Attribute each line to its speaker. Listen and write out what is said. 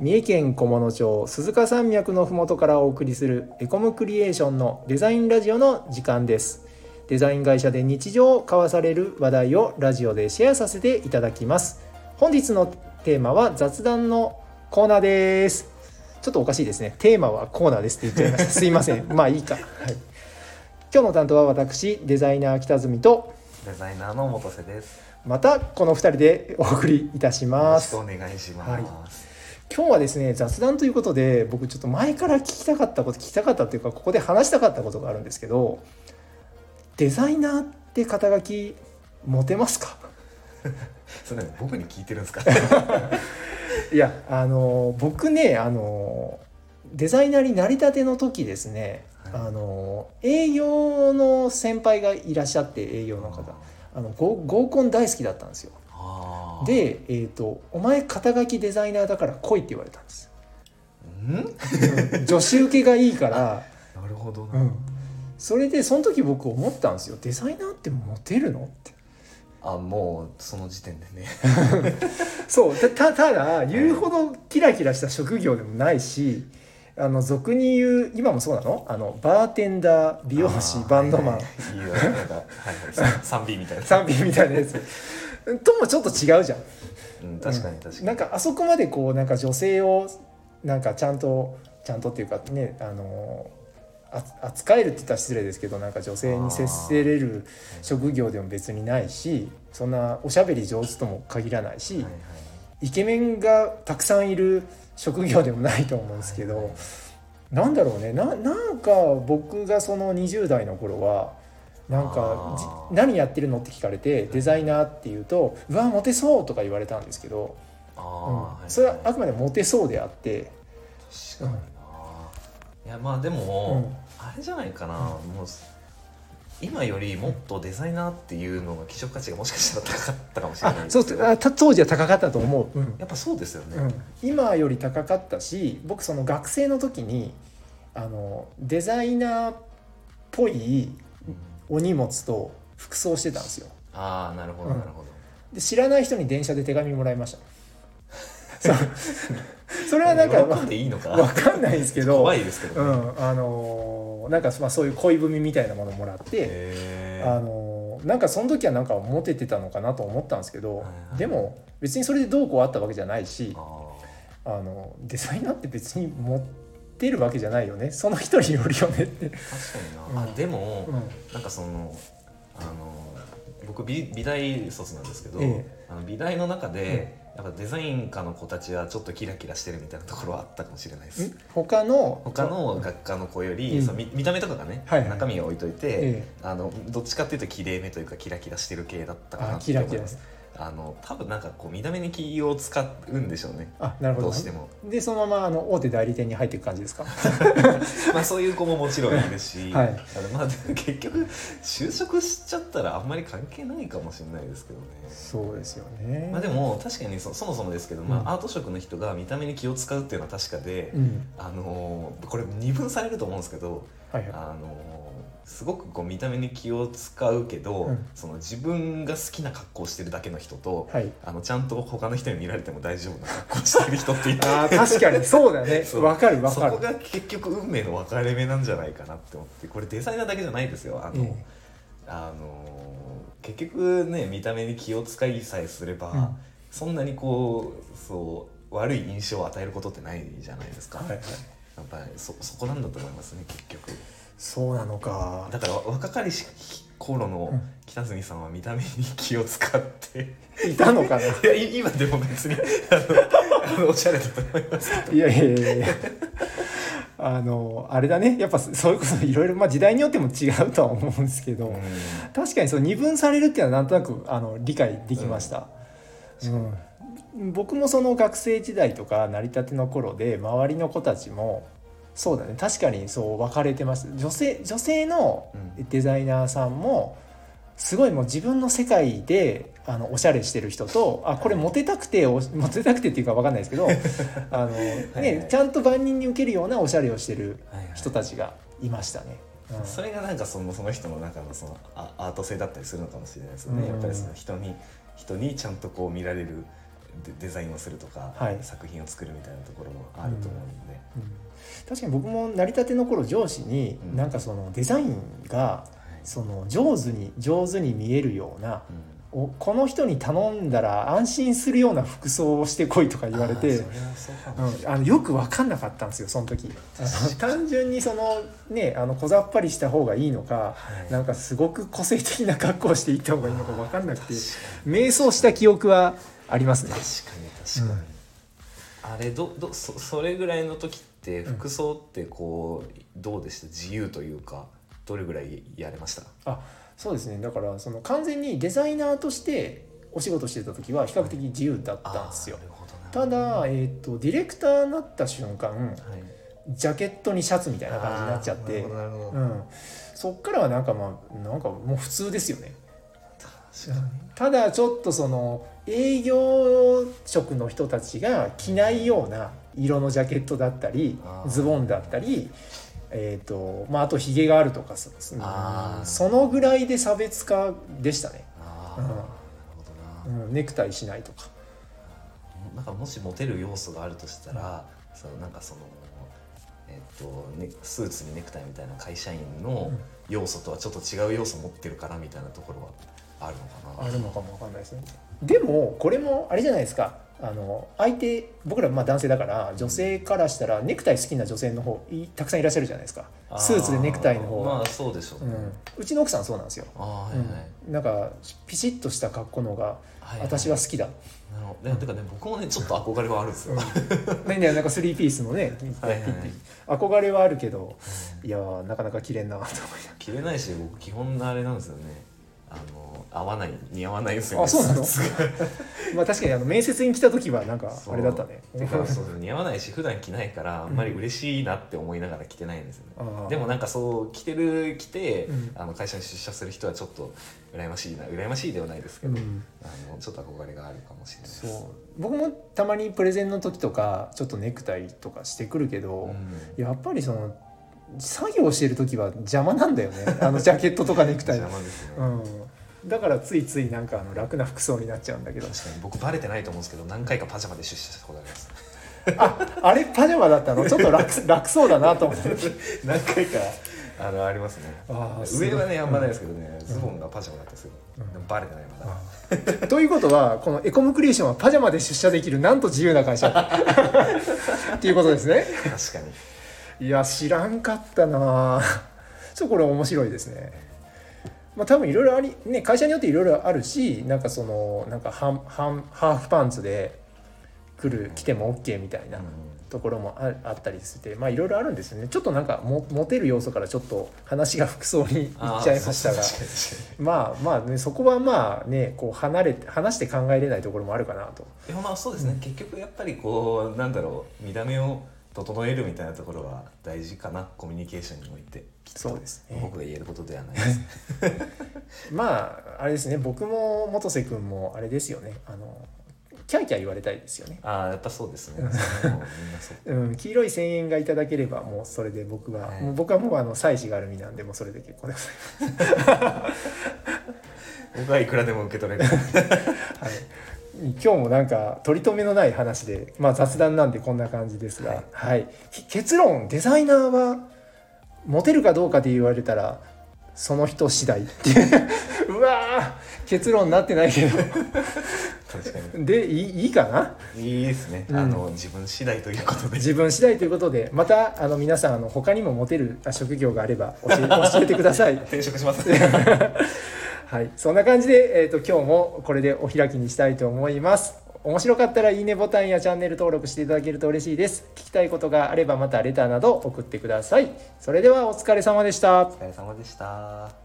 Speaker 1: 三重県菰野町鈴鹿山脈のふもとからお送りするエコムクリエーションのデザインラジオの時間ですデザイン会社で日常を交わされる話題をラジオでシェアさせていただきます本日のテーマは雑談のコーナーですちょっとおかしいですねテーマはコーナーですって言っちゃい ましたすいませんまあいいか、はい、今日の担当は私デザイナー北住と
Speaker 2: デザイナーの元瀬です。
Speaker 1: またこの2人でお送りいたし
Speaker 2: よろ
Speaker 1: ま
Speaker 2: し
Speaker 1: す
Speaker 2: くお願いします。
Speaker 1: 今日はですね雑談ということで僕ちょっと前から聞きたかったこと聞きたかったというかここで話したかったことがあるんですけどデザイナーって肩書き持てますか
Speaker 2: それね僕に聞いてるん ですか。
Speaker 1: いやあの僕ねあのデザイナーになりたての時ですね、
Speaker 2: はい
Speaker 1: あの営業の先輩がいらっしゃって営業の方あの合合コン大好きだったんですよ
Speaker 2: あー、
Speaker 1: で、えーと「お前肩書きデザイナーだから来い」って言われたんです
Speaker 2: うん？
Speaker 1: うん女子受けがいいから
Speaker 2: なるほど
Speaker 1: う
Speaker 2: な。
Speaker 1: ん、それでその時僕思ったんですよデザイナーってモテるのって
Speaker 2: あもうその時点でね。
Speaker 1: そうたたただ言うほどキラキラした職業でもないしあの俗に言う今もそうなのあのバーテンダー美容師
Speaker 2: あー
Speaker 1: バンドマン、
Speaker 2: はいはい、いいよなんかはいはい。三 B みたいな。
Speaker 1: 賛否みたいなやつともちょっと違うじゃん
Speaker 2: うん確かに確かに。
Speaker 1: なんかあそこまでこうなんか女性をなんかちゃんとちゃんとっていうかねあのあ扱えるって言ったら失礼ですけどなんか女性に接せれる職業でも別にないしそんなおしゃべり上手とも限らないし、
Speaker 2: はいはい
Speaker 1: イケメンがたくさんいる職業でもないと思うんですけど、
Speaker 2: はいはい
Speaker 1: なんだろうねななんか僕がその20代の頃はなんかじ
Speaker 2: あー
Speaker 1: 何やってるのって聞かれてデザイナーって言うと「うわモテそう」とか言われたんですけど。
Speaker 2: あー、
Speaker 1: うんそれはあ
Speaker 2: 確
Speaker 1: くまでモテそうであって、
Speaker 2: かにな。いやまあでも、あれじゃないかな。もう今よりもっとデザイナーっていうのが希少価値がもしかしたら高かったかもしれない
Speaker 1: あ
Speaker 2: です
Speaker 1: そ
Speaker 2: よ。
Speaker 1: うあた当時は高かったと思う、うん
Speaker 2: やっぱそうですよね。
Speaker 1: うん今より高かったし僕その学生の時にあのデザイナーっぽい
Speaker 2: うん
Speaker 1: お荷物と服装してたんですよ
Speaker 2: ああなるほど
Speaker 1: うん
Speaker 2: なるほど、
Speaker 1: で知らない人に電車で手紙もらいました そうそれはなんか
Speaker 2: 喜んでいいのか
Speaker 1: わかんないですけど
Speaker 2: 怖いですけど、
Speaker 1: う
Speaker 2: ね
Speaker 1: んあのなんか、まあ、そういう恋文みたいなものもらって、
Speaker 2: へ
Speaker 1: あ
Speaker 2: ー
Speaker 1: のなんかその時はなんかモテてたのかなと思ったんですけど、
Speaker 2: はいはい
Speaker 1: でも別にそれでどうこうあったわけじゃないし
Speaker 2: あ
Speaker 1: あのデザイナーって別に持ってるわけじゃないよねその人によるよねって、
Speaker 2: ー確か
Speaker 1: う
Speaker 2: にな、
Speaker 1: ん
Speaker 2: あでも、
Speaker 1: うん
Speaker 2: なんかそのあの僕美美大卒なんですけど、
Speaker 1: ええ
Speaker 2: あの美大の中で、やっぱデザイン科の子たちはちょっとキラキラしてるみたいなところはあったかもしれないです、
Speaker 1: ん他の
Speaker 2: 他の学科の子より、
Speaker 1: うん
Speaker 2: その見見た目とかがね、
Speaker 1: はいはい
Speaker 2: 中身を置いといて、
Speaker 1: え
Speaker 2: あのどっちかっていうと綺麗めというかキラキラしてる系だったかな
Speaker 1: あ
Speaker 2: って
Speaker 1: キ
Speaker 2: 思
Speaker 1: ラ
Speaker 2: います
Speaker 1: キラ
Speaker 2: あの多分なんかこう見た目に気を使うんでしょうね
Speaker 1: あなるほど
Speaker 2: どうしても
Speaker 1: でそのままあの大手代理店に入っていく感じですか
Speaker 2: まあそういう子ももちろんいるし、
Speaker 1: はい
Speaker 2: あのまあでも結局就職しちゃったらあんまり関係ないかもしれないですけどね。
Speaker 1: そうですよね
Speaker 2: まあでも確かにそそもそもですけど、ま
Speaker 1: うん
Speaker 2: あ、アート職の人が見た目に気を使うっていうのは確かで、
Speaker 1: うん
Speaker 2: あのーこれ二分されると思うんですけど、
Speaker 1: はいは
Speaker 2: あのーすごくこう見た目に気を使うけど、
Speaker 1: うん
Speaker 2: その自分が好きな格好をしてるだけの人と、
Speaker 1: いはい
Speaker 2: あのちゃんと他の人に見られても大丈夫な格好してる人っていて
Speaker 1: あー確かにそうだね
Speaker 2: そう
Speaker 1: わかるわ
Speaker 2: そ
Speaker 1: か
Speaker 2: こ
Speaker 1: る
Speaker 2: が結局運命の分かれ目なんじゃないかなって思ってこれデザイナーだけじゃないですよあの、
Speaker 1: ええ
Speaker 2: あの結局ね見た目に気を使いさえすれば、
Speaker 1: うん
Speaker 2: そんなにこうそう悪い印象を与えることってないじゃないですか、
Speaker 1: はいはい
Speaker 2: やっぱりそそこなんだと思いますね結局
Speaker 1: そうなのか
Speaker 2: だから若かりし頃の北住さんは見た目に気を使って、
Speaker 1: いたのかない
Speaker 2: やい今でも別に あのあのおしゃれだと思います
Speaker 1: いやいやいやいやあのあれだねやっぱそれこそいろいろまあ時代によっても違うとは思うんですけど、確かにその二分されるっていうのはなんとなくあの理解できました、うん僕もその学生時代とか成り立ての頃で周りの子たちもそうだね確かにそう分かれてます女性女性の
Speaker 2: うん
Speaker 1: デザイナーさんもすごいもう自分の世界であのおしゃれしてる人とあこれモテたくてお モテたくてっていうか分かんないです けどあの、ね
Speaker 2: はいはい
Speaker 1: ちゃんと万人に受けるようなおしゃれをしてる
Speaker 2: はいはい
Speaker 1: 人たちがいましたね。うん
Speaker 2: それがなんかそのその人の中のそのあアート性だったりするのかもしれないですよね、
Speaker 1: うん
Speaker 2: やっぱりその人に人にちゃんとこう見られるデデザインをするとか、
Speaker 1: はい
Speaker 2: 作品を作るみたいなところもあると思うんで、
Speaker 1: うん確かに僕も成り立ての頃上司に、
Speaker 2: うん
Speaker 1: なんかそのデザインが
Speaker 2: はい
Speaker 1: その上手に上手に見えるような
Speaker 2: うん
Speaker 1: おこの人に頼んだら安心するような服装をしてこいとか言われ
Speaker 2: あー
Speaker 1: て
Speaker 2: そ。れはそうかもし
Speaker 1: うん、あのよく分かんなかったんですよその時あの単純にそのねあの小ざっぱりした方がいいのか
Speaker 2: れない、はい、
Speaker 1: なんかすごく個性的な格好をしていった方がいいのか分かんなくて
Speaker 2: 確
Speaker 1: 迷走した記憶はありますね
Speaker 2: かに確かに確かに、あれどどそそれぐらいの時って服装ってこう、どうでした自由というかどれぐらいやれました
Speaker 1: あそうですねだからその完全にデザイナーとしてお仕事してた時は比較的自由だったんですよ
Speaker 2: あーなるほどな
Speaker 1: ただ、えー、とディレクターになった瞬間
Speaker 2: はい、
Speaker 1: ジャケットにシャツみたいな感じになっちゃっ
Speaker 2: あ
Speaker 1: て
Speaker 2: ー、なるほどなるほ
Speaker 1: う
Speaker 2: ど
Speaker 1: ん、そっからはなんかまあなんかもう普通ですよね
Speaker 2: 確かに
Speaker 1: ただちょっとその営業職の人たちが着ないような色のジャケットだったり
Speaker 2: あー
Speaker 1: ズボンだったり、えーとまあ、あとひげがあるとかそ
Speaker 2: あー
Speaker 1: そのぐらいで差別化でしたね、
Speaker 2: ああ、
Speaker 1: うん
Speaker 2: なるほどな、
Speaker 1: うん、ネクタイしないとか
Speaker 2: なんかもしモテる要素があるとしたら、そのなんかその、えっとね、スーツにネクタイみたいな会社員の
Speaker 1: うん
Speaker 2: 要素とはちょっと違う要素持ってるからみたいなところはあるのかな。
Speaker 1: あるのかもわかんないですねでもこれもあれじゃないですかあの相手僕らまあ男性だから女性からしたらネクタイ好きな女性の方いたくさんいらっしゃるじゃないですか
Speaker 2: あ
Speaker 1: スーツでネクタイの方が、
Speaker 2: まあそうでしょう
Speaker 1: う
Speaker 2: ね。
Speaker 1: ん、うちの奥さんそうなんですよ
Speaker 2: ああはいはい、
Speaker 1: うんなんかピシッとした格好の方が
Speaker 2: はい
Speaker 1: 私は好きだ、
Speaker 2: なるほど。いやてかね僕もねちょっと憧れはあるんで すよ。
Speaker 1: ねねなんかスリーピースのね
Speaker 2: はいはい
Speaker 1: 憧れはあるけどいやーなかなか着れんなと思い
Speaker 2: 着れないし僕基本あれなんですよね。あの合わない似合わないんですよね。
Speaker 1: あそうなの
Speaker 2: スーツが
Speaker 1: ながらまあ確かにあの面接に来た時はなんか
Speaker 2: そう
Speaker 1: あれだったね
Speaker 2: てかそうそう似合わないし普段着ないからあんまり嬉しいなって思いながら着てないんですよね。
Speaker 1: あー
Speaker 2: でもなんかそう着てる着て、
Speaker 1: うん
Speaker 2: あの会社に出社する人はちょっと羨ましいな羨ましいではないですけ
Speaker 1: う
Speaker 2: ど、
Speaker 1: ん
Speaker 2: あのちょっと憧れがあるかもしれないです。
Speaker 1: そう僕もたまにプレゼンの時とかちょっとネクタイとかしてくるけど、
Speaker 2: うん
Speaker 1: やっぱりその作業してる時は邪魔なんだよ ねあのジャケットとかネクタイ
Speaker 2: 邪魔ですね、
Speaker 1: うん、だからついついなんかあの楽な服装になっちゃうんだけど
Speaker 2: 確かに僕バレてないと思うんですけど何回かパジャマで出社したことあります。
Speaker 1: ああれパジャマだったのちょっと 楽楽そうだなと思って
Speaker 2: 何回かあのありますね。
Speaker 1: あーすごい
Speaker 2: 上はねあんまないですけどね、ズボンがパジャマだったんですよ。でもバレてないまだ。
Speaker 1: ということはこのエコムクリエーションはパジャマで出社できるなんと自由な会 社っていうことですね
Speaker 2: 確かに。
Speaker 1: いや知らんかったなちょっとこれ面白いですねまあ多分いろいろありね会社によっていろいろあるしなんかそのなんか半半ハーフパンツで来る来ても OK みたいな
Speaker 2: うん
Speaker 1: ところもああったりしてまあいろいろあるんですよねちょっとなんかもモテる要素からちょっと話が服装にいっ
Speaker 2: あー
Speaker 1: ちゃいましたが
Speaker 2: 確かに確かに
Speaker 1: まあまあねそこはまあねこう離れて話して考えれないところもあるかなと
Speaker 2: でもまあそうですね、結局やっぱりこうなんだろう見た目を整えるみたいなところは大事かなコミュニケーションにおいてきっと
Speaker 1: そうですね
Speaker 2: 僕が言えることではな いですね
Speaker 1: まああれですね僕も元瀬君もあれですよねあのキャーキャー言われたいですよね
Speaker 2: ああやっぱそうですね それはもうみんなそう
Speaker 1: うん、黄色い千円がいただければもうそれで僕は、
Speaker 2: はい
Speaker 1: もう僕はもうあの妻子がある身なんでもうそれで結構でござい
Speaker 2: 僕はいくらでも受け取れる
Speaker 1: ます、はい、今日もなんか取り留めのない話で、まあ、雑談なんでこんな感じですが、はいけ結論デザイナーはモテるかどうかで言われたらその人次第っていう うわー結論になってないけ
Speaker 2: 確か
Speaker 1: どでいいいいかな
Speaker 2: にいいですね、
Speaker 1: うん
Speaker 2: あの自分次第ということで
Speaker 1: 自分次第ということでまたあの皆さんあの他にもモテるあ職業があれば教え 教えてください。
Speaker 2: 転職しま す
Speaker 1: はい、そんな感じで、えー、と今日もこれでお開きにしたいと思います。面白かったらいいねボタンやチャンネル登録していただけると嬉しいです。聞きたいことがあればまたレターなど送ってください。それではお疲れ様でした。
Speaker 2: お疲れ様でした